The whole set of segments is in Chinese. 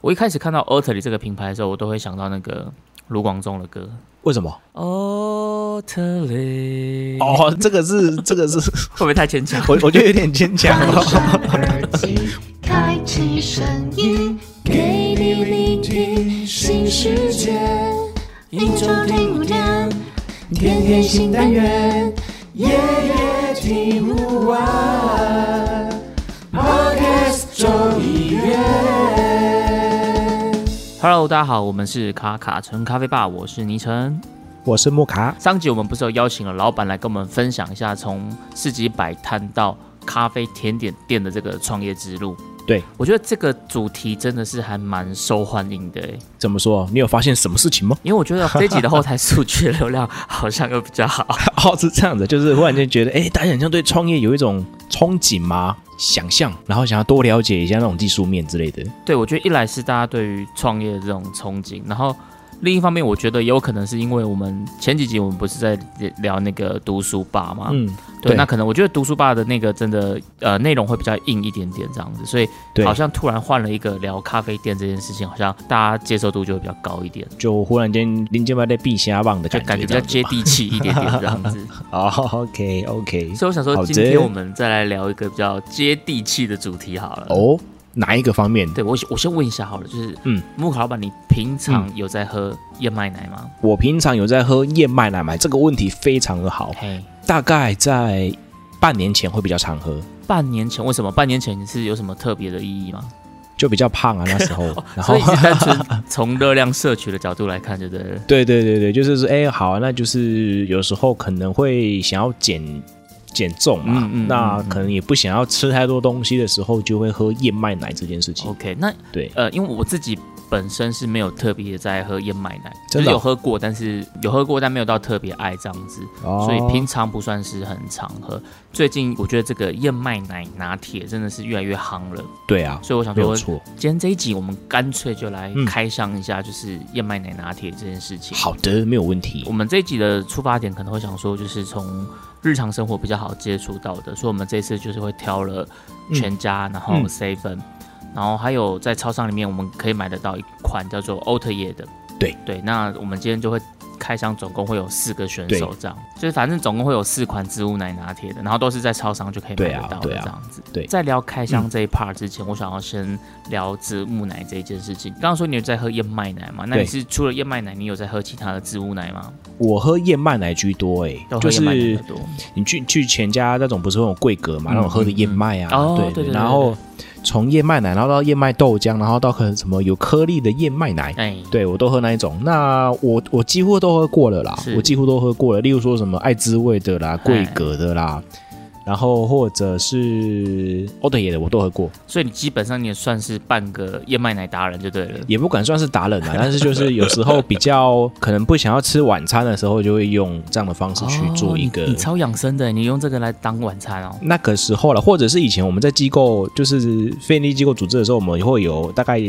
我一开始看到 a l t e r y 这个品牌的时候，我都会想到那个卢广仲的歌为什么？ a l t e r y 哦， 这个是这个是， 会不会太牵强？我我觉得有点牵强戴上了。耳机， 开启声音，给你聆听新世界。一周听五天，天天新单元，夜夜听不完。Podcast 周一月。 Hello，大家好，我们是卡卡城咖啡吧，我是倪晨。 我是木卡，上集我们不是有邀请了老板来跟我们分享一下从市集摆摊到咖啡甜点店的这个创业之路。对，我觉得这个主题真的是还蛮受欢迎的诶，怎么说？你有发现什么事情吗？因为我觉得这一集的后台数据流量好像又比较好。 哦，是这样子，就是忽然间觉得，哎，大家好像对创业有一种憧憬嘛，想象，然后想要多了解一下那种技术面之类的。对，我觉得一来是大家对于创业的这种憧憬，然后另一方面，我觉得也有可能是因为我们前几集我们不是在聊那个读书吧嘛，嗯，对，对那可能我觉得读书吧的那个真的呃内容会比较硬一点点这样子，所以对，好像突然换了一个聊咖啡店这件事情，好像大家接受度就会比较高一点，就忽然间林间麦在避瞎棒的就感觉，感觉比较这接样子地气一点点这样子。吧。 哦，OK OK，所以我想好说，的今天我们再来聊一个比较接地气的主题好了。哦，哪一个方面？对我先，我先问一下好了，就是，嗯嗯，木卡老板，你平常有在喝燕麦奶吗？我平常有在喝燕麦奶吗？这个问题非常的好，嘿，大概在半年前会比较常喝，半年前为什么？半年前是有什么特别的意义吗？就比较 胖啊那时候，然后哦所以是单纯从热量摄取的角度来看，对不对？ 对对对对，就是说，哎、好啊、那就是有时候可能会想要减减重嘛，嗯嗯嗯那嗯可能也不想要吃太多东西的时候，就会喝燕麦奶这件事情。 OK，那对呃，因为我自己本身是没有特别在喝燕麦奶，就真是的哦有喝过，但是有喝过，但没有到特别爱这样子，哦所以平常不算是很常喝。最近我觉得这个燕麦奶拿铁真的是越来越夯了，对啊，所以我想没有说，错。今天这一集我们干脆就来嗯开箱一下，就是燕麦奶拿铁这件事情。好的，没有问题我。们这一集的出发点可能会想说，就是从日常生活比较好接触到的，所以我们这次就是会挑了全家，然后嗯 seven，、然后还有在超商里面我们可以买得到一款叫做欧特叶的。对对，那我们今天就会开箱，总共会有四个选手对这样，就是反正总共会有四款植物奶拿铁的，然后都是在超商就可以买对得啊到的对这啊样子。对在聊开箱这一 part 之前，我想要先聊植物奶这一件事情。刚刚说你有在喝燕麦奶嘛？那对你是除了燕麦奶，你有在喝其他的植物奶吗？我喝燕麦奶居多、诶，都就喝燕麦是奶多，你去去全家那种不是会有贵格嘛，那种喝的燕麦啊，嗯嗯嗯哦对对对对然后从燕麦奶，然后到燕麦豆浆，然后到可能什么有颗粒的燕麦奶，哎，对我都喝那一种。那我我几乎都喝过了啦是，哎我几乎都喝过了。例如说什么爱滋味的啦、桂格的啦，然后或者是欧德野的，我都喝过。所以你基本上你也算是半个燕麦奶达人就对了。也不敢算是达人 啦，但是就是有时候比较可能不想要吃晚餐的时候，就会用这样的方式去做一个哦你，你超养生的，你用这个来当晚餐哦。那个时候了，或者是以前我们在机构，就是非利机构组织的时候，我们会有大概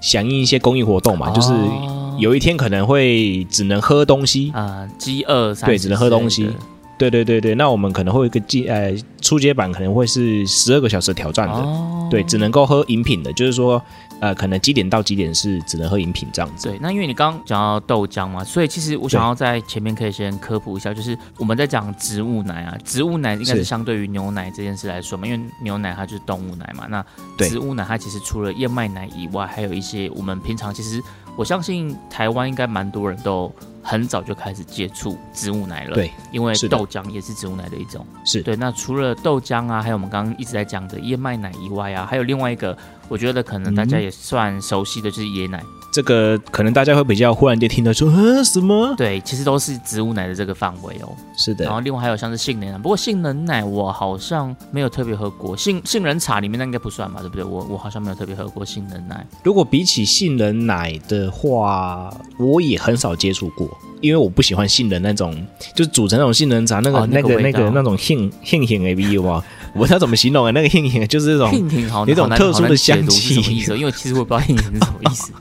响应一些公益活动嘛，就是哦有一天可能会只能喝东西，啊，饥饿三对十只能喝东西之类的对对对对，那我们可能会有一个进呃初阶版可能会是十二个小时挑战的，哦，对，只能够喝饮品的，就是说呃可能几点到几点是只能喝饮品这样子。对，那因为你刚刚讲到豆浆嘛，所以其实我想要在前面可以先科普一下，就是我们在讲植物奶啊，植物奶应该是是相对于牛奶这件事来说嘛，因为牛奶它就是动物奶嘛，那对植物奶它其实除了燕麦奶以外，还有一些我们平常其实我相信台湾应该蛮多人都很早就开始接触植物奶了，，对，因为是的豆浆也是植物奶的一种。是对，那除了豆浆啊，还有我们刚刚一直在讲的燕麦奶以外啊，还有另外一个，我觉得可能大家嗯也算熟悉的就是椰奶。这个可能大家会比较忽然间听到说，嗯，什 么？对，其实都是植物奶的这个范围哦。是然后的，另外还有像是杏仁奶，不过杏仁奶我好像没有特别喝过，杏杏仁茶里面那应该不算吧，对不对？我我好像没有特别喝过杏仁奶。如果比起杏仁奶的话，我也很少接触过，因为我不喜欢杏仁那种，就是煮成那种杏仁茶那个、哦那那个个那味个道那种杏杏杏 A B 有吗？我不知道 怎么形容啊，那个杏杏就是这种 硬挺好，有一种好难特殊的好难解读是香什么气意思哦？因为其实我也不知道硬挺是什么意思。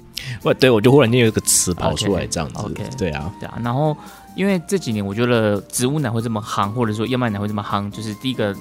我对我就忽然间有一个词跑出来 OK，这样子 OK 对啊，对啊，然后因为这几年我觉得植物奶会这么夯，或者说燕麦奶会这么夯，就是第一个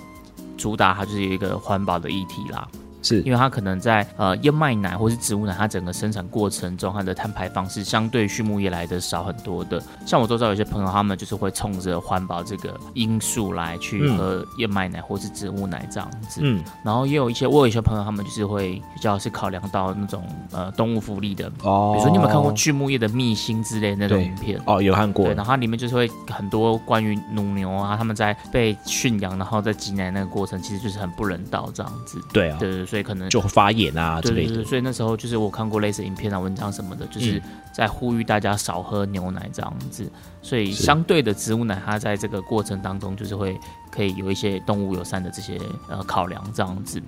主打它就是有一个环保的议题啦。是因为它可能在呃燕麦奶或是植物奶，它整个生产过程中它的碳排放是相对畜牧业来的少很多的。像我周遭有些朋友，他们就是会冲着环保这个因素来去嗯喝燕麦奶或是植物奶这样子。嗯然后也有一些，我有一些朋友，他们就是会比较是考量到那种呃动物福利的，比哦，如说你有没有看过畜牧业的秘辛之类的那种对影片？哦，有看过对，然后它里面就是会很多关于乳牛啊，他们在被驯养，然后在挤奶那个过程，其实就是很不人道这样子。对啊，对对，所以可能就发炎啊之对类对对，的，所以那时候就是我看过类似影片啊、文章什么的，就是嗯在呼吁大家少喝牛奶这样子。所以是相对的，植物奶它在这个过程当中，就是会可以有一些动物友善的这些呃考量这样子。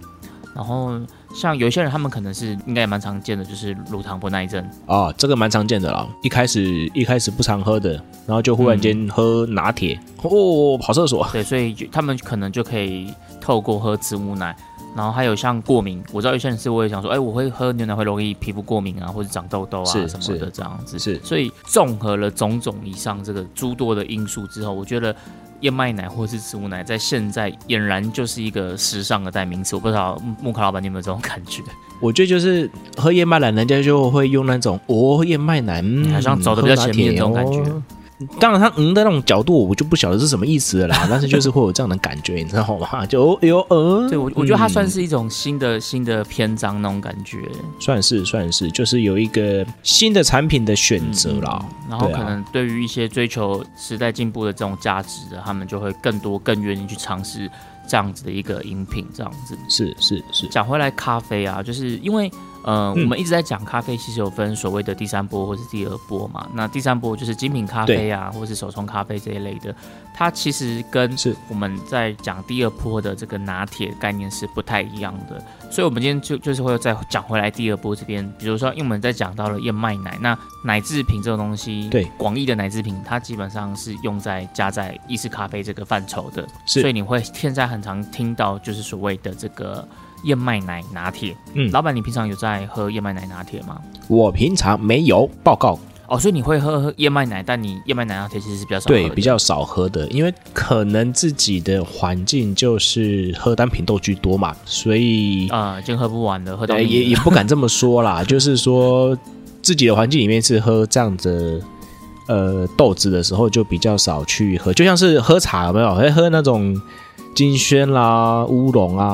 然后像有一些人，他们可能是应该也蛮常见的，就是乳糖不耐症。哦，这个蛮常见的啦。一开始一开始不常喝的，然后就忽然间喝拿铁，哦，跑厕所，对，所以就他们可能就可以透过喝植物奶，然后还有像过敏，我知道有些人是会想说，哎、我会喝牛奶会容易皮肤过敏啊，或者长痘痘啊是什么的是这样子。是所以综合了种种以上这个诸多的因素之后，我觉得。燕麦奶或是植物奶，在现在俨然就是一个时尚的代名词。我不知道木木卡老板你有没有这种感觉？我觉得就是喝燕麦奶，人家就会用那种哦燕麦奶，嗯，好像走得比较前面喝拿铁这种感觉哦当然，他嗯的那种角度，我就不晓得是什么意思了 啦。但是就是会有这样的感觉，你知道吗？就哦哎呦，呃，对我，我觉得它算嗯是一种新的新的篇章那种感觉。算是算是，就是有一个新的产品的选择啦。嗯然后对啊可能对于一些追求时代进步的这种价值的，他们就会更多、更愿意去尝试这样子的一个饮品，这样子。是是是，讲回来，咖啡啊，就是因为呃，嗯我们一直在讲咖啡，其实有分所谓的第三波或是第二波嘛。那第三波就是精品咖啡啊，或是手冲咖啡这一类的，它其实跟是我们在讲第二波的这个拿铁概念是不太一样的。所以，我们今天就就是会再讲回来第二波这边，比如说，因为我们在讲到了燕麦奶，那奶制品这种东西，对广义的奶制品，它基本上是用在加在意式咖啡这个范畴的，是所以你会现在很常听到就是所谓的这个燕麦奶拿铁。嗯老板，你平常有在喝燕麦奶拿铁吗？我平常没有报告，哦，所以你会喝喝燕麦奶，但你燕麦奶拿铁其实是比较少喝的。对，比较少喝的，因为可能自己的环境就是喝单品豆居多嘛，所以、呃，已经喝不完了，喝到呃腻也了也不敢这么说啦，啊 就是说自己的环境里面是喝这样的。呃，豆子的时候就比较少去喝，就像是喝茶有没有？会喝那种金萱啦、乌龙啊，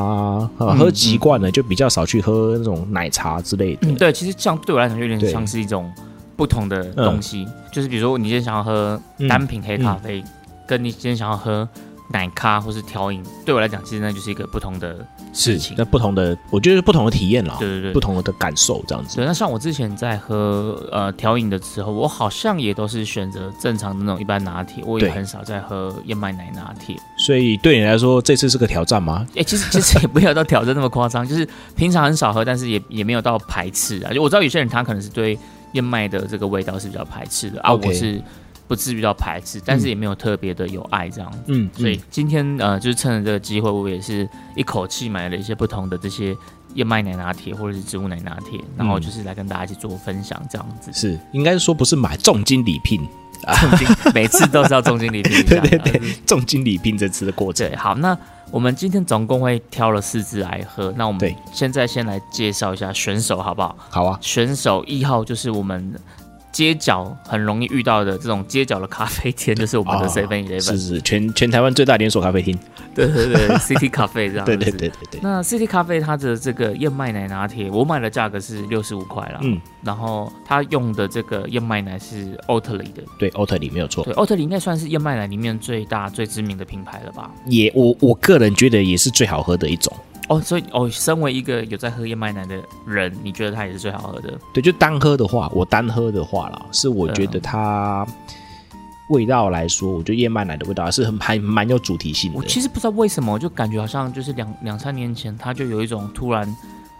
啊嗯喝习惯了就比较少去喝那种奶茶之类的。嗯对，其实这样对我来讲有点对像是一种不同的东西，就是比如说你今天想要喝嗯单品黑咖啡，跟你今天想要喝奶咖或是调饮，对我来讲，其实那就是一个不同的事情。那不同的，我觉得是不同的体验啦，对对不对。同的感受这样子。对，那像我之前在喝呃调饮的时候，我好像也都是选择正常的那种一般拿铁，我也对很少在喝燕麦奶拿铁。所以对你来说，这次是个挑战吗？哎、其实其实也不要到挑战那么夸张，就是平常很少喝，但是也也没有到排斥啊。就我知道有些人他可能是对燕麦的这个味道是比较排斥的啊 OK 我是不至于到排斥，但是也没有特别的有爱这样。嗯，所以今天呃，就是趁着这个机会，我也是一口气买了一些不同的这些燕麦奶拿铁或者是植物奶拿铁，然嗯后就是来跟大家一起做分享这样子。是应该说不是买重金礼聘， 重金每次都是要重金礼聘一下，对对 对 重金礼聘这次的过程。对，好，那我们今天总共会挑了四支来喝，那我们对现在先来介绍一下选手好不好？好啊，选手一号就是我们街角很容易遇到的这种街角的咖啡店，啊就是我们的哦 Seven Eleven，、是是全全台湾最大连锁咖啡厅。对对对，City Cafe 这样 对子。对对对对，那 City 咖啡它的这个燕麦奶拿铁，我买的价格是六十五块啦，嗯，然后它用的这个燕麦奶是 Oatly 的，对，奥特里没有错。对，Oatly 应该算是燕麦奶里面最大最知名的品牌了吧？也我我个人觉得也是最好喝的一种。哦，所以哦，身为一个有在喝燕麦奶的人，你觉得它也是最好喝的？对，就单喝的话，我单喝的话啦，是我觉得它味道来说，我觉得燕麦奶的味道还是很还蛮有主题性我的。其实不知道为什么，我就感觉好像就是两两三年前，它就有一种突然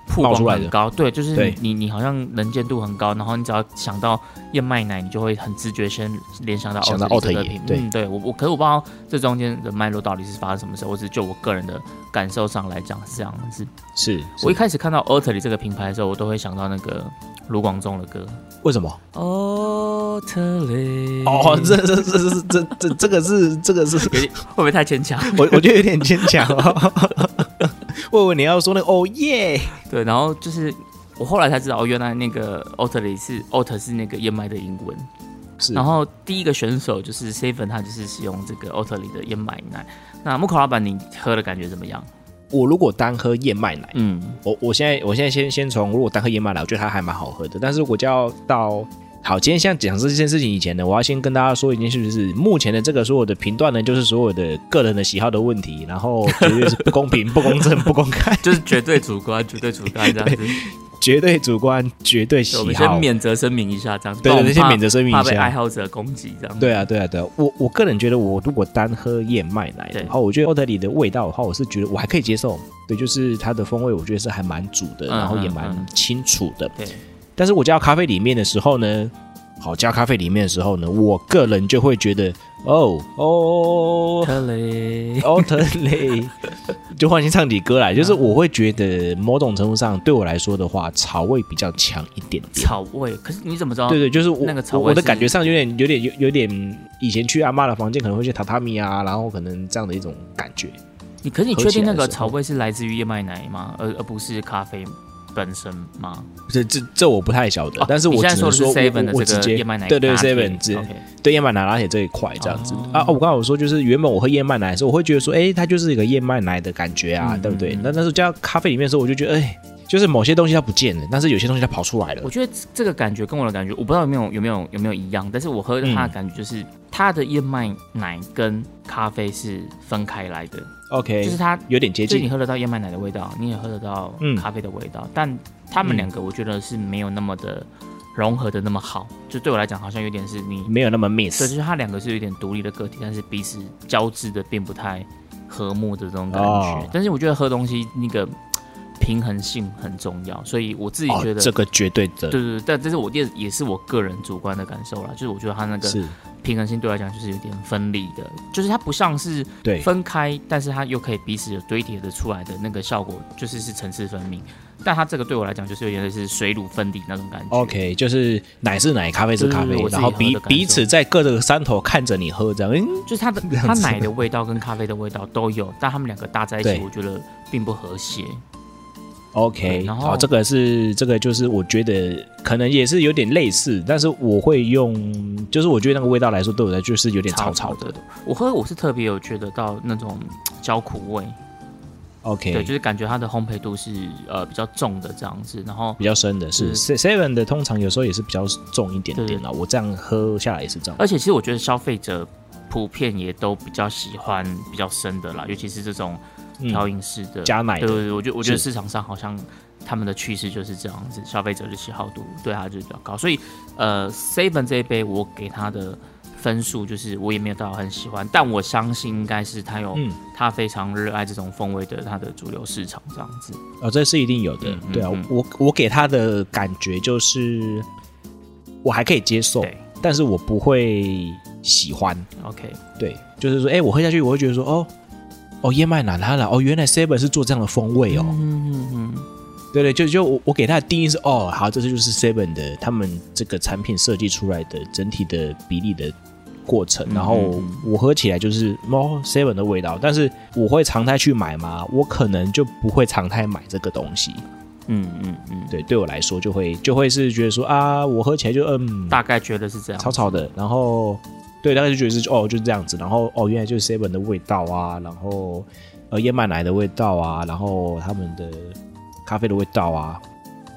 曝冒光出来很的高，对，就是对你你你好像能见度很高，然后你只要想到燕麦奶，你就会很直觉先联想到想到奥特利奥这特个爷品对嗯、对我我可是我不知道这中间的脉络到底是发生什么事，我只是就我个人的感受上来讲是这样子。是，是我一开始看到奥特利这个品牌的时候，我都会想到那个卢广仲的歌为什么？奥特利哦，这这这这这这这个是这个是 会不会太牵强？ 我我觉得有点牵强、哦。我以为你要说那个哦 耶，对，然后就是我后来才知道，哦，原来那个 Otter 里是 Otter 是那个燕麦的英文。是，然后第一个选手就是 Seven，他就是使用这个 Otter 里的燕麦奶。那木口老板，你喝的感觉怎么样？我如果单喝燕麦奶，嗯，我我现在我现在先先从如果单喝燕麦奶，我觉得它还蛮好喝的。但是如果就要到好，今天像讲这件事情以前呢，我要先跟大家说一件事，就是目前的这个所有的评断呢，就是所有的个人的喜好的问题，然后绝对是不公平、不公正、不公开， 就是绝对主观，绝对主观这样子。绝对主观，绝对喜对我们好先。免责声明一下，这样子。对不然我对，们先怕免责声明怕一被爱下。好者攻击这样。对啊，对啊，对啊，我我个人觉得，我如果单喝燕麦奶对的话，我觉得奥特里的味道的话，我是觉得我还可以接受。对，就是它的风味，我觉得是还蛮足的，嗯然后也嗯蛮嗯清楚的。对，但是我加到咖啡里面的时候呢，好加咖啡里面的时候呢，我个人就会觉得哦哦克雷，哦特累， 就换新唱起歌来，就是嗯我会觉得某种程度上对我来说的话，草味比较强一点点。草味。可是你怎么知道？对对，就是我啊那个草味我的是感觉上有点有点有有点，以前去阿妈的房间可能会去榻榻米啊，然后可能这样的一种感觉。你可是你合确起定来那的个时草候味是来自于燕麦奶吗？而而不是咖啡本身吗？这这这我不太晓得，但是哦你我现在只能的是说我 Seven 的我我直这个接燕麦奶对对拿铁 Seven 直 OK 对燕麦奶拿铁这一块这样子、哦啊啊！我刚刚有说，就是原本我喝燕麦奶的时候，我会觉得说，哎、它就是一个燕麦奶的感觉啊，嗯对不对嗯？那那时候加到咖啡里面的时候，我就觉得，哎、就是某些东西它不见了，但是有些东西它跑出来我了。觉得这个感觉跟我的感觉，我不知道有没有有没有有没有一样，但是我喝嗯它的感觉就是、它的燕麦奶跟咖啡是分开来的， OK，就是它，有点接就是你近。喝得到燕麦奶的味道，你也喝得到嗯咖啡的味道，但它们嗯两个我觉得是没有那么的融合的那么好，就对我来讲好像有点是你，没有那么对，就 miss 是它两个是有点独立的个体，但是彼此交织的并不太和睦的这种感觉，哦但是我觉得喝东西那个平衡性很重要，所以我自己哦觉，得、这个绝对的，对对对，但这是我也也是我个人主观的感受啦，就是我觉得它那个是，平衡性对我来讲就是有点分离的，就是它不像是对，分开，但是它又可以彼此有堆叠的出来的那个效果，就是是层次分明。但它这个对我来讲就是有点类似水乳分离那种感觉。 OK，就是奶是奶，咖啡是对对咖对啡我，自己然后喝彼的感彼受此在各个山头看着你喝这样，嗯，就是它的样子它奶的味道跟咖啡的味道都有，但它们两个搭在一起，对我觉得并不和谐。 OK，对然后好，这个是这个就是我觉得可能也是有点类似，但是我会用，就是我觉得那个味道来说，对我来说就是有点超草草的。我喝我是特别有觉得到那种嘖焦苦味，对， OK，就是感觉它的烘焙度是呃比较重的这样子，然后比较深的是嗯 Se- Seven 的，通常有时候也是比较重一点对点啦。我这样喝下来也是这样。而且其实我觉得消费者普遍也都比较喜欢比较深的啦，尤其是这种调嗯，饮式的、加奶对的对对，我觉得我觉得是市场上好像他们的趋势就是这样子，消费者的喜好度对它就是比较高，所以呃，seven 这一杯我给它的分数就是我也没有到很喜欢，但我相信应该是他有、嗯他非常热爱这种风味的他的主流市场这样子，哦，这是一定有的嗯。嗯对啊嗯，我我给他的感觉就是我还可以接受，对但是我不会喜欢。 ，OK，对，就是说，哎、我喝下去，我会觉得说，哦，哦，燕麦奶它了，哦，原来 Seven 是做这样的风味哦，嗯嗯嗯嗯，对对，就就我我给它的定义是，哦，好，这就是 Seven 的他们这个产品设计出来的整体的比例的过程，然后嗯嗯我喝起来就是哦 Seven 的味道，但是我会常态去买吗？我可能就不会常态买这个东西，嗯嗯嗯，对，对我来说就会就会是觉得说啊，我喝起来就嗯，大概觉得是这样，草草的，然后对，大概就觉得是哦，就是这样子，然后哦，原来就是 seven 的味道啊，然后呃燕麦奶的味道啊，然后他们的咖啡的味道啊，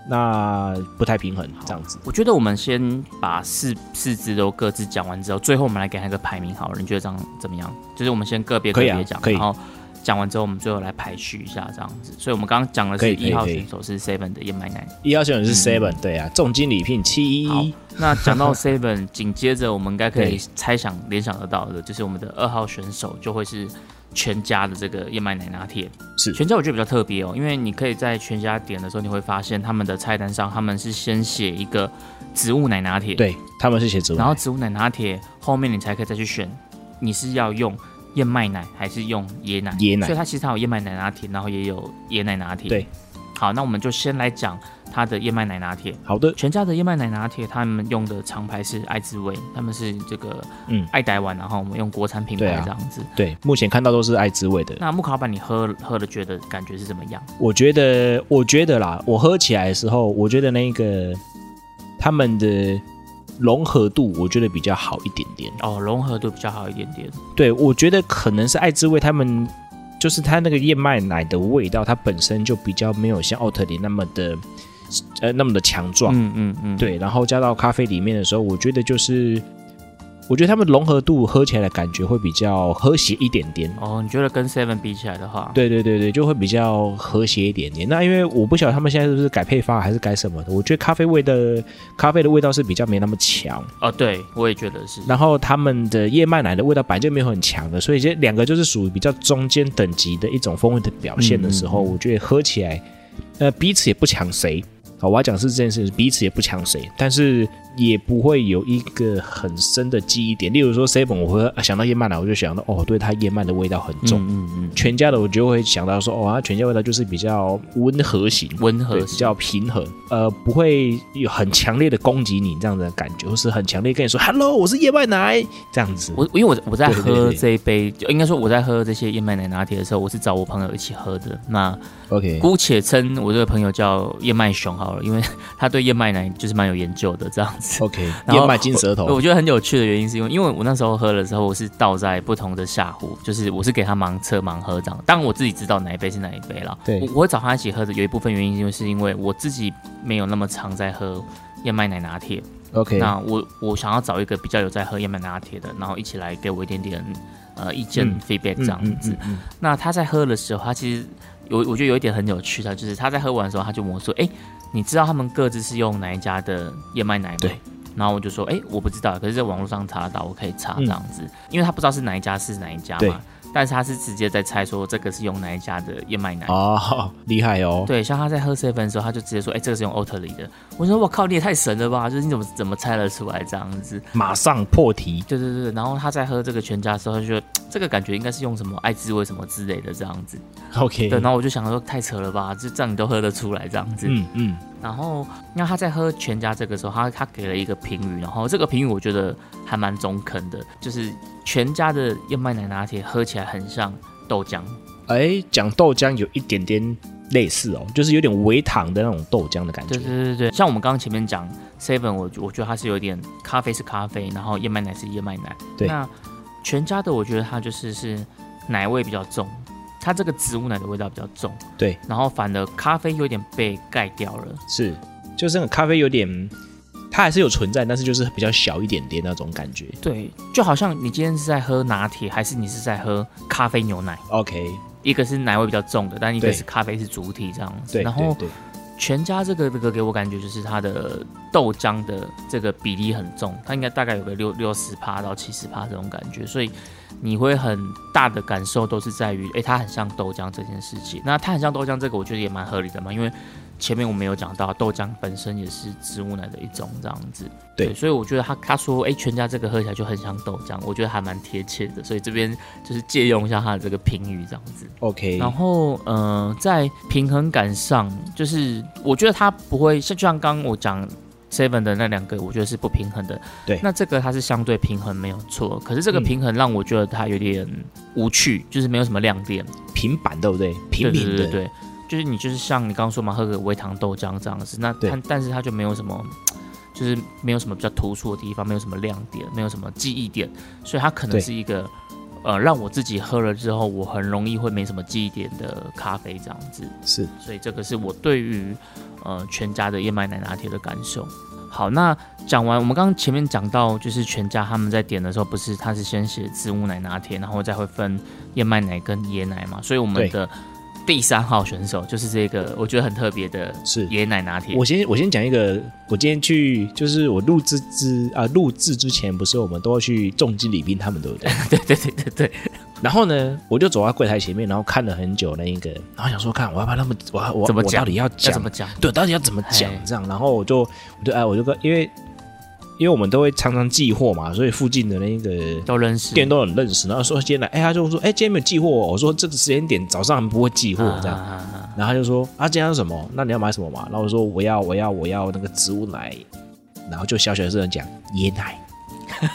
那不太平衡这样子。我觉得我们先把四四支都各自讲完之后，最后我们来给它一个排名好了，你觉得这样怎么样？就是我们先个别个可以啊别讲，可以然后讲完之后，我们最后来排序一下这样子。所以我们刚刚讲的可是以可以一号可以选手是 Seven 的燕麦奶。一号选手是嗯 seven，、对啊，重金礼聘七好一， 那讲到 Seven，紧接着我们应该可以对猜想联想得到的，就是我们的二号选手就会是全家的这个燕麦奶拿铁。是全家我觉得比较特别哦，因为你可以在全家点的时候，你会发现他们的菜单上他们是先写一个植物奶拿铁，对，他们是写植物然奶后，植物奶拿铁后面你才可以再去选，你是要用燕麦奶还是用椰奶？椰奶所以它其实它有燕麦奶拿铁，然后也有椰奶拿铁。对，好，那我们就先来讲它的燕麦奶拿铁。好的，全家的燕麦奶拿铁，他们用的厂牌是爱滋味，他们是这个嗯爱呆丸，然后我们用国产品对牌啊这样子。对，目前看到都是爱滋味的。那木卡老板，你喝喝了觉得感觉是怎么样？我觉得，我觉得啦，我喝起来的时候，我觉得那个他们的融合度，我觉得比较好一点点。哦，融哦合度比较好一点点。对，我觉得可能是爱滋味，他们就是它那个燕麦奶的味道，它本身就比较没有像奥特里那么的呃那么的强壮。嗯嗯嗯，，对，然后加到咖啡里面的时候，我觉得就是，我觉得它们融合度喝起来的感觉会比较和谐一点点。哦，你觉得跟 Seven 比起来的话，对对对对，就会比较和谐一点点。那因为我不晓得他们现在是不是改配方还是改什么的，我觉得咖啡味的咖啡的味道是比较没那么强，哦，对我也觉得是。然后他们的燕麦奶的味道本来就没有很强的，所以这两个就是属于比较中间等级的一种风味的表现的时候，嗯我觉得喝起来，呃，彼此也不抢谁。好，我要讲是这件事，彼此也不抢谁，但是也不会有一个很深的记忆点。例如说 seven，我会想到燕麦奶，我就想到哦，对它燕麦的味道很重。嗯嗯全家的我就会想到说，哦，它全家味道就是比较温和型，嗯，温和对，比较平衡，呃，不会有很强烈的攻击你这样子的感觉，或是很强烈跟你说 “hello，我是燕麦奶”这样子。我因为我我在对对对喝对这一杯，就应该说我在喝这些燕麦奶拿铁的时候，我是找我朋友一起喝的。那 OK，姑且称我这个朋友叫燕麦熊好了，因为 他对燕麦奶就是蛮有研究的这样子。 OK，然后燕麦金舌我头我觉得很有趣的原因是因为，因为我那时候喝了之后，我是倒在不同的下壶，就是我是给他盲测盲喝这样。当然我自己知道哪一杯是哪一杯了。对我我会找他一起喝的，有一部分原因就是因为我自己没有那么常在喝燕麦奶拿铁， ，OK，那我我想要找一个比较有在喝燕麦拿铁的，然后一起来给我一点点呃意见、嗯 feedback 嗯这样子。嗯嗯那他在喝的时候，他其实有我觉得有一点很有趣的，就是他在喝完的时候，他就问我说：“哎、你知道他们各自是用哪一家的燕麦奶吗？”对。然后我就说：“哎、我不知道，可是在网络上查得到，我可以查这嗯样子，因为他不知道是哪一家是哪一家对嘛。但是他是直接在猜说这个是用哪一家的燕麦奶。嗯哦，厉害哦，对，像他在喝 seven 的时候，他就直接说：“哎、这个是用 Oatly 的。”我说：“我靠，你也太神了吧！就是你怎么怎么猜得出来这样子？”马上破题。对对对，然后他在喝这个全家的时候，他就觉得这个感觉应该是用什么爱滋味什么之类的这样子。 OK，对，然后我就想说太扯了吧，就这样你都喝得出来这样子。嗯嗯，然后那他在喝全家这个时候，他他给了一个评语，然后这个评语我觉得还蛮中肯的，就是全家的燕麦奶拿铁喝起来很像豆浆。哎，讲豆浆有一点点类似哦，就是有点微糖的那种豆浆的感对觉。对对对，像我们刚刚前面讲 Seven，我我觉得它是有点咖啡是咖啡，然后燕麦奶是燕麦奶。对那全家的我觉得它就是是奶味比较重，它这个植物奶的味道比较重。对，然后反而咖啡有点被盖掉了。是，就是那个咖啡有点，它还是有存在，但是就是比较小一点点那种感觉。对，就好像你今天是在喝拿铁，还是你是在喝咖啡牛奶？ OK，一个是奶味比较重的，但一个对是咖啡是主体这样子。对，然后对对全家这个这个给我感觉就是它的豆浆的这个比例很重，它应该大概有个六六十趴到七十趴这种感觉，所以你会很大的感受都是在于，诶，它很像豆浆这件事情。那它很像豆浆这个，我觉得也蛮合理的嘛，因为前面我们有讲到豆浆本身也是植物奶的一种这样子。对所以我觉得他他说，诶，全家这个喝起来就很像豆浆，我觉得还蛮贴切的，所以这边就是借用一下他的这个评语这样子。 OK，然后，呃，在平衡感上，就是我觉得它不会像就像刚刚我讲 Seven 的那两个，我觉得是不平衡的。对那这个它是相对平衡没有错，可是这个嗯平衡让我觉得它有点无趣，就是没有什么亮点。平板对不对？平对民对的，对对对，就是你就是像你刚刚说嘛，喝个微糖豆浆这样子，那对它但是它就没有什么。就是没有什么比较突出的地方，没有什么亮点，没有什么记忆点，所以它可能对是一个，呃，让我自己喝了之后，我很容易会没什么记忆点的咖啡这样子。是所以这个是我对于呃全家的燕麦奶拿铁的感受。好，那讲完，我们刚刚前面讲到，就是全家他们在点的时候，不是他是先写植物奶拿铁，然后再会分燕麦奶跟椰奶嘛，所以我们对的第三号选手就是这个，我觉得很特别的是。椰奶拿铁。我先我先讲一个，我今天去就是我录制之啊录制之前，不是我们都要去重金礼宾他们 对不对？对对对对对，然后呢，我就走到柜台前面，然后看了很久那一个，然后想说看我要不要那么我要我怎么我讲到底要要讲怎么讲？对，到底要怎么讲嘿这样？然后我就我就哎我就跟因为因为我们都会常常寄货嘛，所以附近的那个都认识，店都很认识，然后说今天来，哎、他就说，哎、今天没有寄货哦、我说这个时间点早上不会寄货这样，啊然后他就说啊，今天要什么？那你要买什么嘛？然后我说我要我要我要那个植物奶，然后就小学生讲椰奶，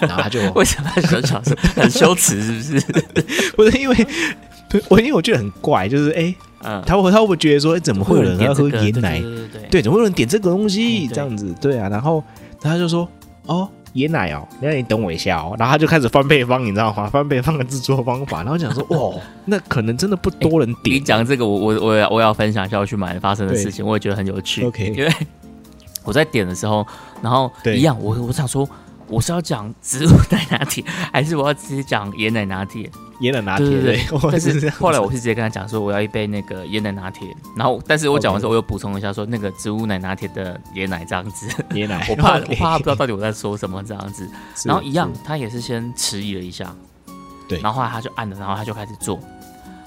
然后他 就为什么小小声很羞耻？是不是？不是因为我因为我觉得很怪，就是哎、嗯，他会他会不会觉得说哎、怎么会有人要喝点椰这个奶？对对对对对，怎么会有人点这个东西哎对这样子？对啊，然后他就说哦，椰奶哦，那你等我一下哦，然后他就开始翻配方，你知道吗？翻配方的制作方法，然 后讲说哇，那可能真的不多人你点，讲这个，我我我也我也要分享一下我去买发生的事情，我也觉得很有趣。 OK 因为我在点的时候，然后对一样，我我想说我是要讲植物奶拿铁，还是我要直接讲椰奶拿铁？椰奶拿铁，对对对对， 我但是这是样后来 子我是直接跟他讲说我要一杯那个椰奶拿铁，然后但是我讲完之后，我又补充一下说那个植物奶拿铁的椰奶这样 子，椰奶，我怕我 OK，怕他不知道到底我在说什么这样子。 是然后一样，他也是先迟疑了一下，对然后后来他就按了，然后他就开始做，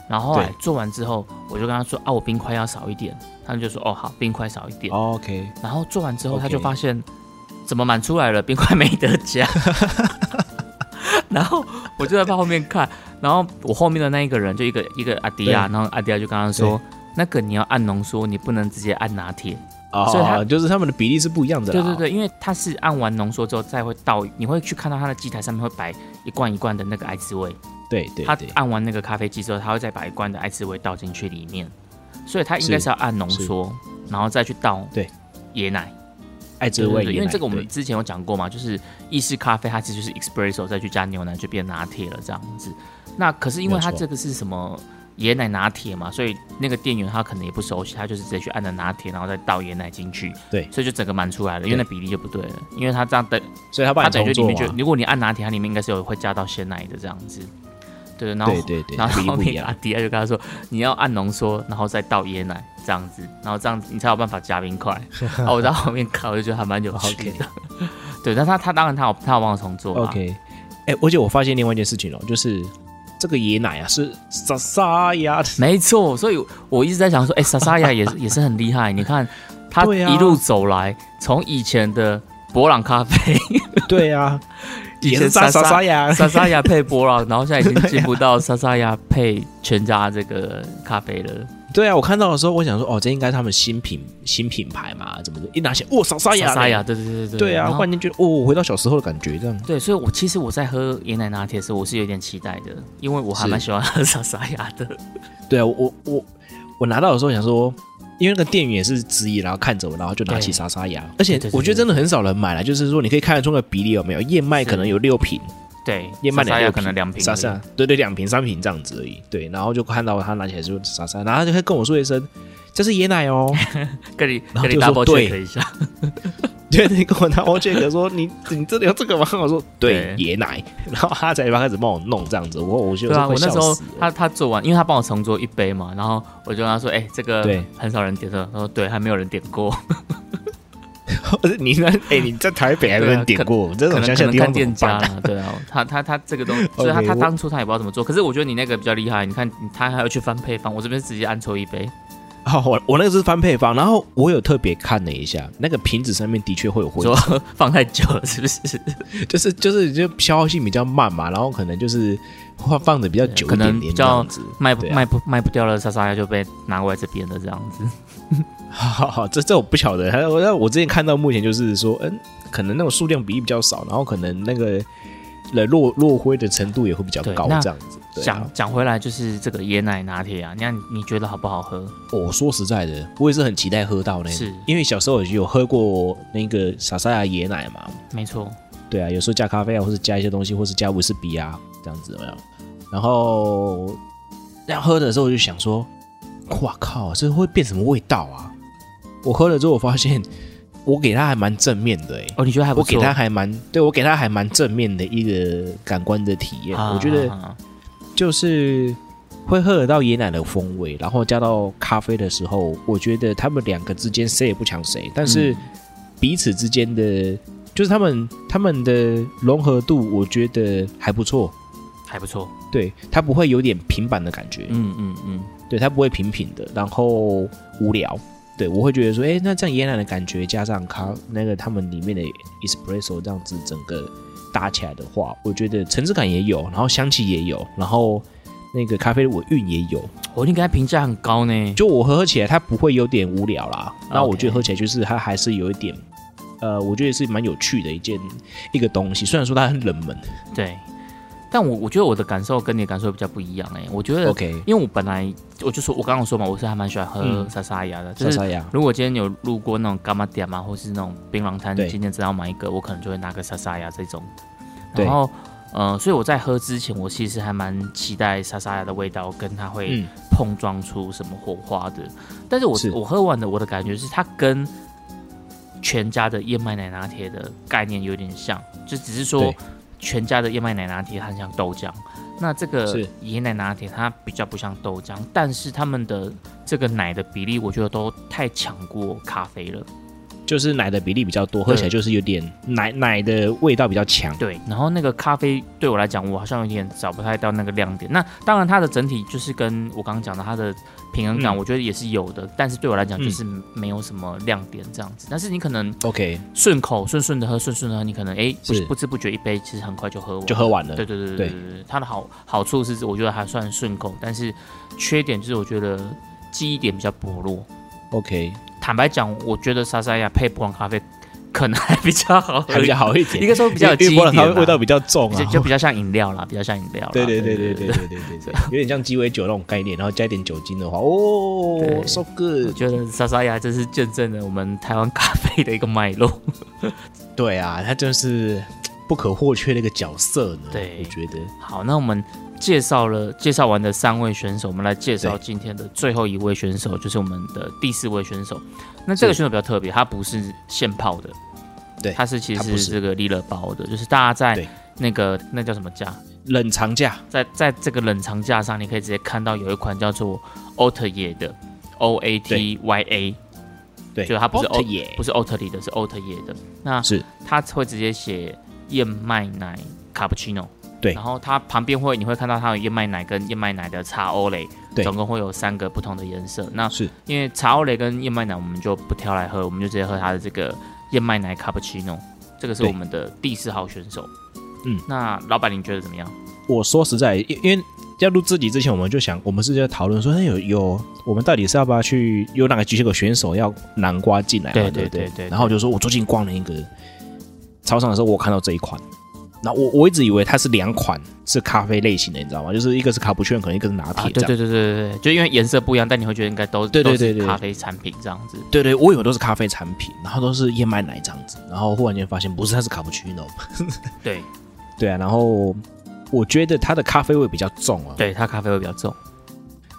然后后来对做完之后，我就跟他说啊，我冰块要少一点，他就说哦好，冰块少一是点， OK，然后做完之后 OK 他就发现怎么满出来了，冰块没得加， 然后我就在他后面看，然后我后面的那一个人就一个一个阿迪亚，然后阿迪亚就跟他说。那个你要按浓缩，你不能直接按拿铁。所以他哦，就是他们的比例是不一样的对啦，对对，因为它是按完浓缩之后再会倒，你会去看到它的机台上面会摆一罐一罐的那个艾滋味。对对他对，按完那个咖啡机之后，他会再把一罐的艾滋味倒进去里面，所以他应该是是要按浓缩，然后再去倒对椰奶，爱对滋对味椰对，奶，因为这个我们对之前有讲过嘛，就是意式咖啡它其实就是 espresso 再去加牛奶就变拿铁了这样子。那可是因为它没有错这个是什么椰奶拿铁嘛，所以那个店员他可能也不熟悉，他就是直接去按了拿铁，然后再倒椰奶进去，对所以就整个满出来了，因为那对比例就不对了，因为他这样等所以他帮它你等于重就里做面就嘛，如果你按拿铁，它里面应该是有会加到鲜奶的这样子。对，然后对对对，然后比例后不一面阿样，迪亚就跟他说，你要按浓缩，然后再倒椰奶这样子，然后这样子你才有办法加 冰块。然后我在后面看，我就觉得还蛮有趣的。 对，但他他当然他有他有帮我重做啦 OK，哎、而且我发现另外一件事情哦，就是这个椰奶啊是沙沙呀， 没错。所以我一直在想说，哎、莎莎亚也是 也是很厉害。你看他对啊一路走来，从以前的博朗咖 啡，对啊， 以也前是莎沙沙莎沙呀，莎莎亚配波朗，然后现在已经进步到莎莎亚配全家这个咖啡了。 对啊，我看到的时候我想说，哦，这应该是他们新品新品牌嘛，怎么的？一拿起来，哇，沙沙呀，莎莎亚，，对对对对对啊，然忽后然间觉得，哦，我回到小时候的感觉，这样对，所以我其实我在喝椰奶拿铁的时候，我是有点期待的，因为我还是蛮喜欢喝莎莎雅的。对啊，我我我我拿到的时候想说，因为那个店员也是质疑，然后看着我，然后就拿起对沙沙牙，而且对对对我觉得真的很少人买了，就是说你可以看得出那个比例有没有，燕麦是可能有六瓶，对，燕麦莎莎奶雅有可能两瓶而已，沙沙，对对，两瓶三瓶这样子而已，对，然后就看到他拿起来就沙沙，然后他就会跟我说一声。这是椰奶 哦，跟你然后跟你就说 double 对 check 一下，对，你跟我拿 O check 说你你真的有这个吗？我说对，对椰奶，然后他才开始帮我弄这样子，我我就对啊，我那时候他他他做完，因为他帮我重做一杯嘛，然后我就跟他说，哎、这个对很少人点的，他说对，还没有人点过， 你那哎你在台北还没对啊人点过，这可种能乡可下能地看方怎店么家办啊？啦，对啊，他他他这个东 西，所以他 OK，他我当初他也不知道怎么做，可是我觉得你那个比较厉害，你看他还要去翻配方，我这边是直接按错一杯，好，啊我我那个是翻配方，然后我有特别看了一下，那个瓶子上面的确会有灰说 放太久了是不是？就是就是就消耗性比较慢嘛，然后可能就是放放的比较久可一能点点比这较样子，卖不、对啊卖不卖不掉了，莎莎就被拿过来这边的这样子。好好好，这这我不晓得。还有，我我之前看到目前就是说，嗯，可能那种数量比例比较少，然后可能那个呃落落灰的程度也会比较对高那，这样子。对啊讲讲回来，就是这个椰奶拿铁啊，那你你觉得好不好喝？哦我、说实在的，我也是很期待喝到呢，是因为小时候也有喝过那个傻傻的椰奶嘛，没错，对啊，有时候加咖啡啊，或是加一些东西，或是加威士比啊，这样子有没有？然后要喝的时候，我就想说，哇靠，这会变什么味道啊？我喝了之后，我发现我给它还蛮正面的诶、欸哦，你觉得还不我给错？他还啊蛮对我给他还蛮正面的一个感官的体验，啊我觉得啊就是会喝得到椰奶的风味，然后加到咖啡的时候，我觉得他们两个之间谁也不抢谁，但是嗯彼此之间的，就是他们他们的融合度，我觉得还不错。还不错。对，它不会有点平板的感觉，嗯嗯嗯，对，它不会平平的，然后无聊。对，我会觉得说，哎，那这样椰奶的感觉加上咖那个他们里面的 espresso 这样子整个搭起来的话，我觉得层次感也有，然后香气也有，然后那个咖啡的尾韵也有。我应该评价很高呢。就我喝起来，它不会有点无聊啦。那我 OK 觉得喝起来就是它还是有一点，呃，我觉得是蛮有趣的一件一个东西。虽然说它很冷门对，但我我觉得我的感受跟你的感受比较不一样哎、我觉得，OK，因为我本来我就说，我刚刚有说嘛，我是还蛮喜欢喝嗯莎莎雅的，就莎是莎呀，如果今天有路过那种干妈店嘛，啊或是那种槟榔摊，对今天只要买一个，我可能就会拿个莎莎雅这种。对然后，呃，所以我在喝之前，我其实还蛮期待莎莎雅的味道，跟它会嗯，碰撞出什么火花的。但是我是我喝完的，我的感觉是它跟全家的燕麦奶拿铁的概念有点像，就只是说对全家的燕麦奶拿铁它很像豆浆，那这个是椰奶拿铁它比较不像豆浆，但是他们的这个奶的比例，我觉得都太抢过咖啡了。就是奶的比例比较多，喝起来就是有点奶奶的味道比较强。对，然后那个咖啡对我来讲，我好像有点找不太到那个亮点。那当然，它的整体就是跟我刚刚讲的它的平衡感，嗯我觉得也是有的，但是对我来讲就是没有什么亮点这样子。但是你可能 OK，顺口顺顺的喝，顺顺的喝，你可能哎不是不知不觉一杯其实很快就喝完，就喝完了对。对对对对对对，它的好好处是我觉得还算顺口，但是缺点就是我觉得记忆点比较薄弱。 OK，坦白讲，我觉得莎莎亚配波朗咖啡可能还比较好喝还比较好一点， 应该说比较有记忆因为波点兰咖啡啦味道比较重就啊。就比较像饮料啦，比较像饮料啦。 对对对对对对对 对对，有点像鸡尾酒那种概念，然后加一点酒精的话，哦对，so 我 good。觉得莎莎雅真是见证了我们台湾咖啡的一个脉络。 对啊，它真是不可或缺的一个角色呢。对我觉得好，那我们介绍了介绍完的三位选手，我们来介绍对今天的最后一位选手，就是我们的第四位选手。那这个是选手比较特别，他不是现泡的，对他是其他实不是是这个利乐包的，就是大家在对那个那叫什么架，冷藏价在在这个冷藏架上，你可以直接看到有一款叫做 o t y 的 O A T Y A，对，哦就它不是 Oat oat- 耶，不是 o t y 的，是 o t y 的。那是它会直接写燕麦奶卡布奇诺。对然后它旁边会，你会看到它有燕麦奶跟燕麦奶的茶欧蕾，对总共会有三个不同的颜色。那是因为茶欧蕾跟燕麦奶我们就不挑来喝，我们就直接喝它的这个燕麦奶卡布奇诺，这个是对我们的第四号选手。嗯，那老板你觉得怎么样？我说实在，因因为要录自己之前，我们就想，我们是在讨论说，那有有，我们到底是要不要去有哪个举球选手要南瓜进来嘛？对啊对对不对对然后我就说我最近逛了一个超商的时候，我看到这一款，然后我我一直以为它是两款是咖啡类型的，你知道吗？就是一个是卡布奇诺，可能一个是拿铁啊对这样。对对对对对，就因为颜色不一样，但你会觉得应该都对对对都对是咖啡产品这样子。对对，我以为都是咖啡产品，然后都是燕麦奶这样子，然后忽然间发现不是，它是卡布奇诺。对，对啊，然后我觉得它的咖啡味比较重啊。对，它咖啡会比较重。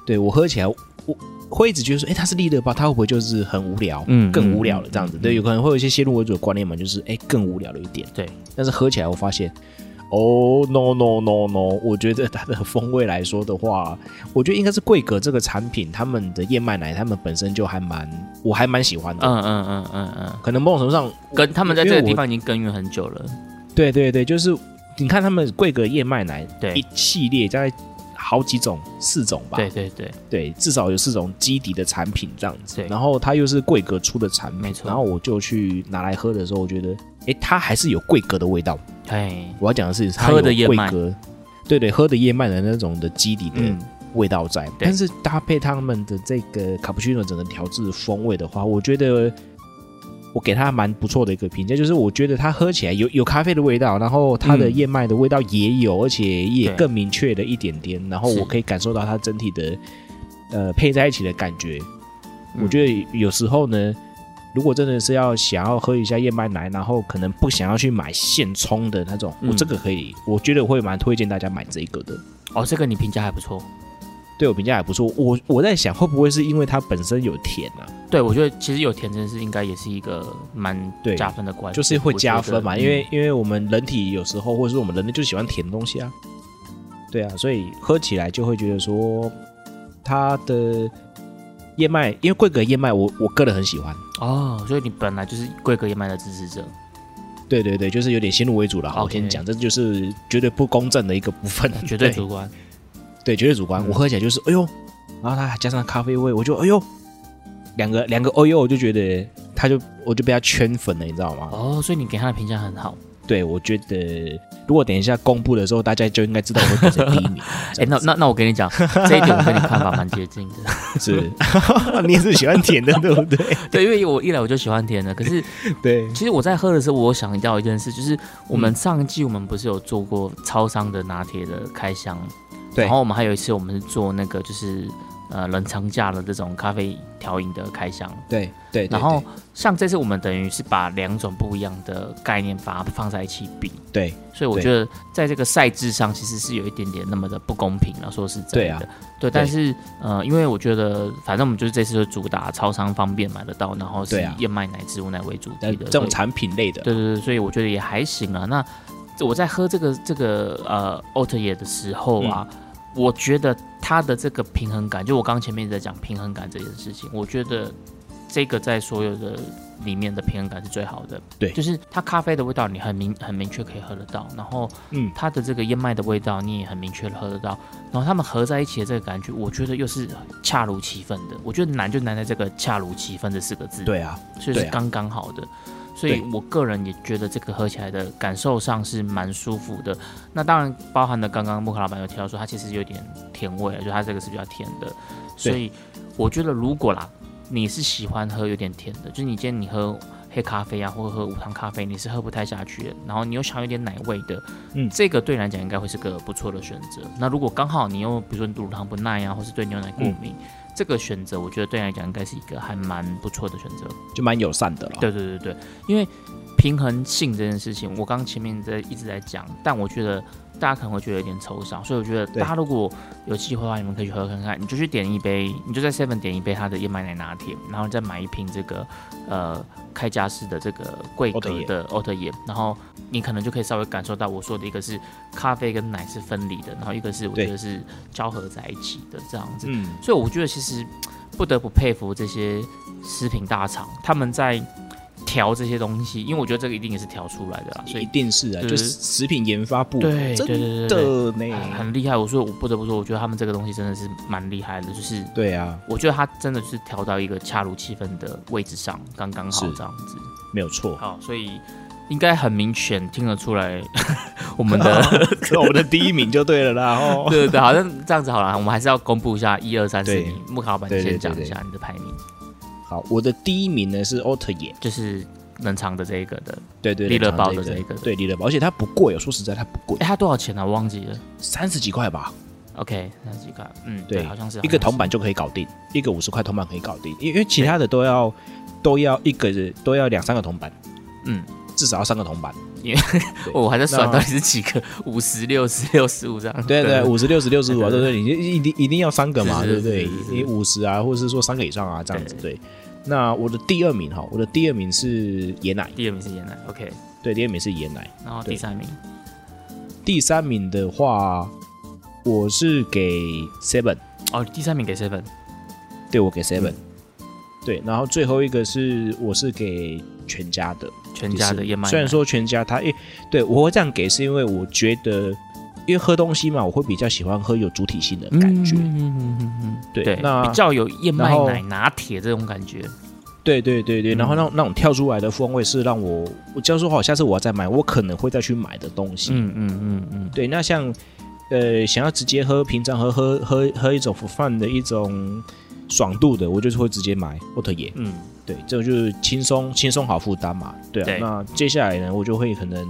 对我喝起来，我会一直觉得说，哎、它是利乐包，它会不会就是很无聊，嗯更无聊了这样子？嗯嗯对，有可能会有一些先入为主的观念嘛，就是哎、更无聊了一点。对，但是喝起来我发现，哦，no no no no，我觉得它的风味来说的话，我觉得应该是贵格这个产品，他们的燕麦奶，他们本身就还蛮，我还蛮喜欢的。嗯嗯嗯嗯嗯，可能某种程度上，跟他们在因这为个我地方已经耕耘很久了。对对对，就是你看他们贵格燕麦奶对一系列，大概好几种，四种吧。对对对，对，至少有四种基底的产品这样子对，然后它又是贵格出的产品，没错然后我就去拿来喝的时候，我觉得，诶，它还是有贵格的味道。哎，我要讲的是，它喝的有燕贵麦格，对对，喝的燕麦的那种的基底的嗯，味道在，但是搭配他们的这个卡布奇诺整个调制风味的话，我觉得我给它蛮不错的一个评价，就是我觉得它喝起来有有咖啡的味道，然后它的嗯燕麦的味道也有，而且也对更明确了一点点，然后是我可以感受到它整体的呃配在一起的感觉。嗯我觉得有时候呢，如果真的是要想要喝一下燕麦奶，然后可能不想要去买现冲的那种，嗯我这个可以，我觉得我会蛮推荐大家买这个的。哦，这个你评价还不错。对我评价还不错。我我在想，会不会是因为它本身有甜啊，对，我觉得其实有甜真是应该也是一个蛮对加分的关系，就是会加分我嘛？觉得嗯因为、因为我们人体有时候，或者是我们人类就喜欢甜的东西啊。对啊，所以喝起来就会觉得说，它的燕麦，因为桂格燕麦我，我个人很喜欢。哦，所以你本来就是贵格燕麦的支持 者。对对对，就是有点先入为主了。好，我 OK 先讲，这就是绝对不公正的一个部分，绝对主观，对，绝对主观。嗯我喝起来就是，哎呦，然后它还加上咖啡味，我就哎呦，两个两个哎呦，我就觉得它就我就被它圈粉了，你知道吗？哦，所以你给他的评价很好，对我觉得，如果等一下公布的时候，大家就应该知道我会选谁第一 名。哎、那那那我跟你 讲，这一点我跟你看法蛮接近的。是， 你也是喜欢甜的，对不对？对，因为我一来我就喜欢甜的，可是 对，其实我在喝的时候，我有想到一件事，就是我嗯们上一季我们不是有做过超商的拿铁的开箱，对然后我们还有一次我们是做那个就是呃冷藏架的这种咖啡调饮的开箱，对对，对然后像这次我们等于是把两种不一样的概念把它放在一起比，对所以我对觉得在这个赛制上其实是有一点点那么的不公平了，说是真的。对啊对但是呃，因为我觉得反正我们就是这次就主打超商方便买得到，然后是对以啊燕麦奶、植物奶为主那题的这种所以产品类的，对对对，所以我觉得也还行啊。那我在喝这个这个呃奥特野的时候啊，嗯我觉得它的这个平衡感，就我刚前面一直在讲平衡感这件事情，我觉得这个在所有的里面的平衡感是最好的。对就是它咖啡的味道你很明很明确可以喝得到，然后嗯，它的这个燕麦的味道你也很明确的喝得到，然后它们合在一起的这个感觉，我觉得又是恰如其分的。我觉得难就难在这个恰如其分这四个字。对啊，所以是对啊刚刚好的。所以对我个人也觉得这个喝起来的感受上是蛮舒服的。那当然包含了刚刚木克老板有提到说，它其实有点甜味，啊就它这个是比较甜的。所以我觉得如果啦，你是喜欢喝有点甜的，就是你今天你喝黑咖啡啊，或者喝无糖咖啡，你是喝不太下去的。然后你又想要有点奶味的，嗯这个对你来讲应该会是个不错的选择。那如果刚好你又比如说你乳糖不耐啊，或是对牛奶过嗯敏，这个选择我觉得对你来讲应该是一个还蛮不错的选择。就蛮友善的了。对对对对，因为平衡性这件事情，我刚前面在一直在讲，但我觉得大家可能会觉得有点抽象，所以我觉得对大家如果有机会的话，你们可以去喝看看，你就去点一杯，你就在 Seven 点一杯它的燕麦奶拿铁，然后再买一瓶这个呃开架式的这个贵欧特格耶的欧特耶，然后你可能就可以稍微感受到我说的一个是咖啡跟奶是分离的，然后一个是我觉对得是交合在一起的这样子。嗯，所以我觉得其实不得不佩服这些食品大厂，他们在调这些东西，因为我觉得这个一定也是调出来的啦，所一以定是啊，对就是食品研发部，对对真对对对的很呢，很厉害。我说我不得不说，我觉得他们这个东西真的是蛮厉害的，就是对啊，我觉得它真的是调到一个恰如其分的位置上，刚刚好是这样子。没有错。好，所以应该很明显听得出来 我们 的那我的第一名就对了啦。哦，对对对，好像这样子好了，我们还是要公布一下一二三四对名。木卡老板对先对对讲一对下你的排名，好，我的第一名呢是欧特野，就是冷藏的这一个的。对对，利乐冷藏包的这这一个对利乐包，而且它不贵哦，说实在它不贵哎、，它多少钱呢、我忘记了。三十几块吧， OK，那几个，嗯，对，对好像是一个铜板，板就可以搞定，一个五十块铜板可以搞定，因为因为其他的都要都要一个都要两三个铜板，嗯，至少要三个铜板。哦我还在算那到底是几个，五十六、十六、十五这样。 对对，五十六十六十五啊，对对对，你就一定一定要三个嘛，是对是不对是是是？你五十啊，或者是说三个以上啊，这样子对。那我的第二名哈，我的第二名是椰奶，第二名是椰奶，OK，对，第二名是椰奶。然后对第三名第三名的话，我是给 Seven，哦，第三名给 seven，对我给 Seven，对，嗯然后最后一个是我是给全家的，全家就的是燕麦奶。虽然说全家它，诶、对我会这样给，是因为我觉得，因为喝东西嘛，我会比较喜欢喝有主体性的嗯感觉。嗯嗯嗯嗯嗯，对对，那比较有燕麦然后奶拿铁这种感觉。对对对对，嗯然后那种那种跳出来的风味是让我，我就说好，下次我要再买，我可能会再去买的东西。嗯嗯嗯嗯，对，那像呃，想要直接喝，平常喝喝喝喝一种福饭的一种爽度的，我就是会直接买沃特野。嗯，对，这就是轻松轻松好负担嘛。对啊，对那接下来呢，我就会可能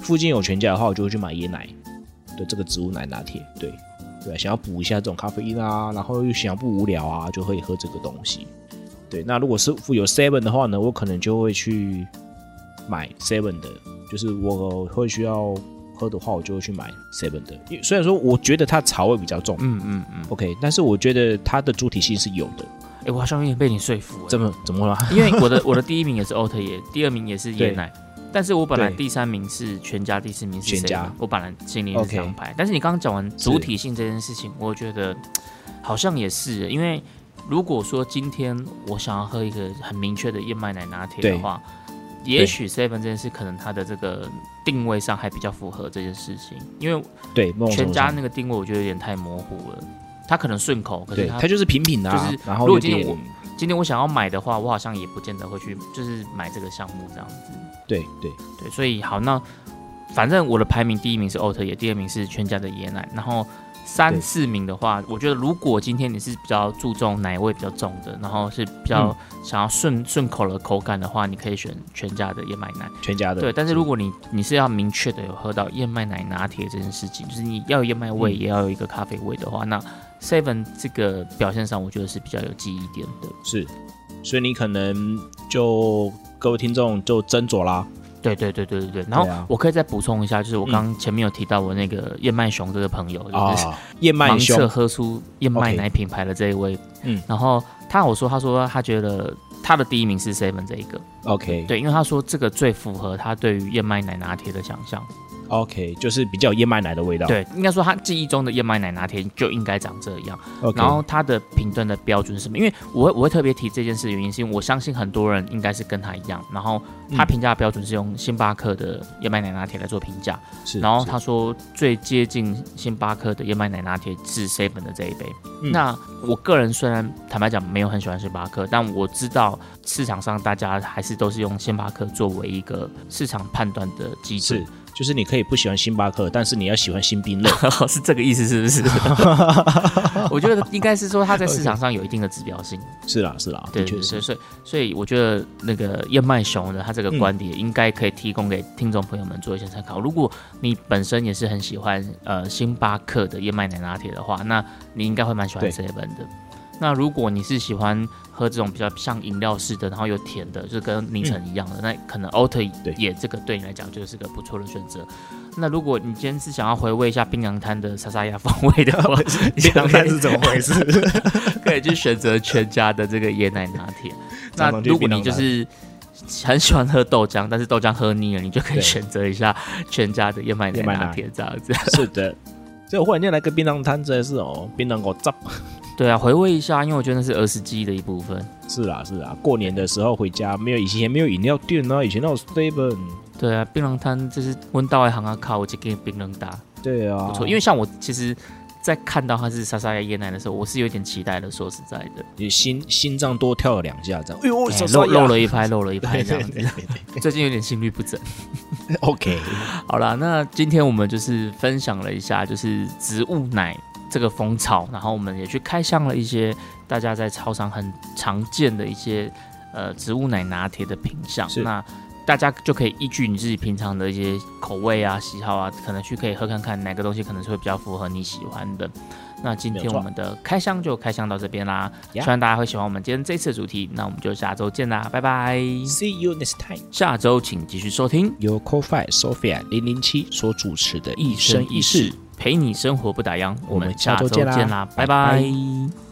附近有全家的话，我就会去买椰奶的这个植物奶拿铁。对，对啊、想要补一下这种咖啡因啊，然后又想要不无聊啊，就会喝这个东西。对，那如果是有 seven 的话呢，我可能就会去买 seven 的，就是我会需要喝的话，我就会去买 seven 的。因为虽然说我觉得它茶味比较重、嗯嗯嗯， o k 但是我觉得它的主体性是有的。哎、我好像有点被你说服、欸，怎么怎么啊了？ 因为我的我的第一名也是欧特耶，第二名也是椰对奶，但是我本来对第三名是全家，第四名是全家 seven，我本来心里也是这样排。但是你刚刚讲完主体性这件事情，我觉得好像也是，因为如果说今天我想要喝一个很明确的燕麦奶拿铁的对话，也许 seven 这件事可能它的这个定位上还比较符合这件事情，因为对，某种程全度家上那个定位我觉得有点太模糊了，它可能顺口，可是对，它它就是平平的、啊，就是然后如果有今天点我今天我想要买的话，我好像也不见得会去，就是买这个项目这样子。对对，对，所以好，那反正我的排名第一名是奥特野，第二名是全家的椰奶，然后三对四名的话，我觉得如果今天你是比较注重奶味比较重的，然后是比较想要顺顺口的口感的话，你可以选全家的燕麦奶。全家的。对，但是如果你你是要明确的有喝到燕麦奶拿铁这件事情，就是你要有燕麦味，嗯也要有一个咖啡味的话，那 Seven 这个表现上，我觉得是比较有记忆点的。是，所以你可能就各位听众就斟酌啦。对对对对对对。然后对啊嗯我可以再补充一下，就是我刚前面有提到我那个燕麦熊这个朋友，啊就是、燕麦盲测兄，喝出燕麦奶品牌的这一位。嗯然后他有说，他说他觉得他的第一名是 Seven 这一个， ，OK，对，因为他说这个最符合他对于燕麦奶拿铁的想象。 ，OK，就是比较有燕麦奶的味道。对，应该说他记忆中的燕麦奶拿铁就应该长这样。 ，OK，然后它的评断的标准是什么？因为我会我会特别提这件事的原因，是因为我相信很多人应该是跟他一样，然后他嗯评价的标准是用星巴克的燕麦奶拿铁来做评价，是，然后是他说最接近星巴克的燕麦奶拿铁是 seven 的这一杯。嗯那我个人虽然坦白讲没有很喜欢星巴克，但我知道市场上大家还是都是用星巴克作为一个市场判断的基准是，就是你可以不喜欢星巴克，但是你要喜欢新冰乐。 是这个意思是 不是？我觉得应该是说它在市场上有一定的指标性。是啦，是啦，对的对确对，是。所以所以我觉得那个燕麦熊呢，它这个嗯观点应该可以提供给听众朋友们做一些参考。如果你本身也是很喜欢呃星巴克的燕麦奶拿铁的话，那你应该会蛮喜欢对 seven 的。那如果你是喜欢喝这种比较像饮料式的，然后有甜的，就跟凌晨一样的，那可能 o t 嗯对也这个对你来讲就是个不错的选择。那如果你今天是想要回味一下槟榔摊的沙沙亚风味的话， 你就可以怎么回事？ 可以去选择全家的这个椰奶拿 铁。啊那蟑螂就如果槟榔你就是很喜欢喝豆浆，但是豆浆喝腻了，你就可以对选择一下全家的燕麦奶燕麦奶拿铁这样子。 是的。所以我忽然间来个槟榔摊，真的是哦，槟榔我炸。对啊，回味一下，因为我觉得那是儿时记忆的一部分。 是啦，是啦，过年的时候回家没有以前没有饮料店啊，以前那种 seven。对啊，槟榔摊就是温到一行啊，靠，我就给你槟榔打，对啊，不错。因为像我其实，在看到它是莎莎椰奶的时候，我是有点期待的。说实在的，你心心脏多跳了两下，这样，哎呦，哎手漏手漏痒了一拍，漏了 一拍对这对样对子。对对最近有点心律不整。对 OK，好啦，那今天我们就是分享了一下，就是植物奶这个风潮，然后我们也去开箱了一些大家在超商很常见的一些呃植物奶拿铁的品相。是那大家就可以依据你自己平常的一些口味啊、喜好啊，可能去可以喝看看哪个东西可能是会比较符合你喜欢的。那今没天有错我们的开箱就开箱到这边啦，希 Yeah 望大家会喜欢我们今天这次的主题。那我们就下周见啦，拜拜！ See you next time。下周请继续收听。由 CoFi Sophia 零零七所主持的《一生一世，陪你生活不打烊。我我们们下下周周见见啦啦，拜拜拜拜。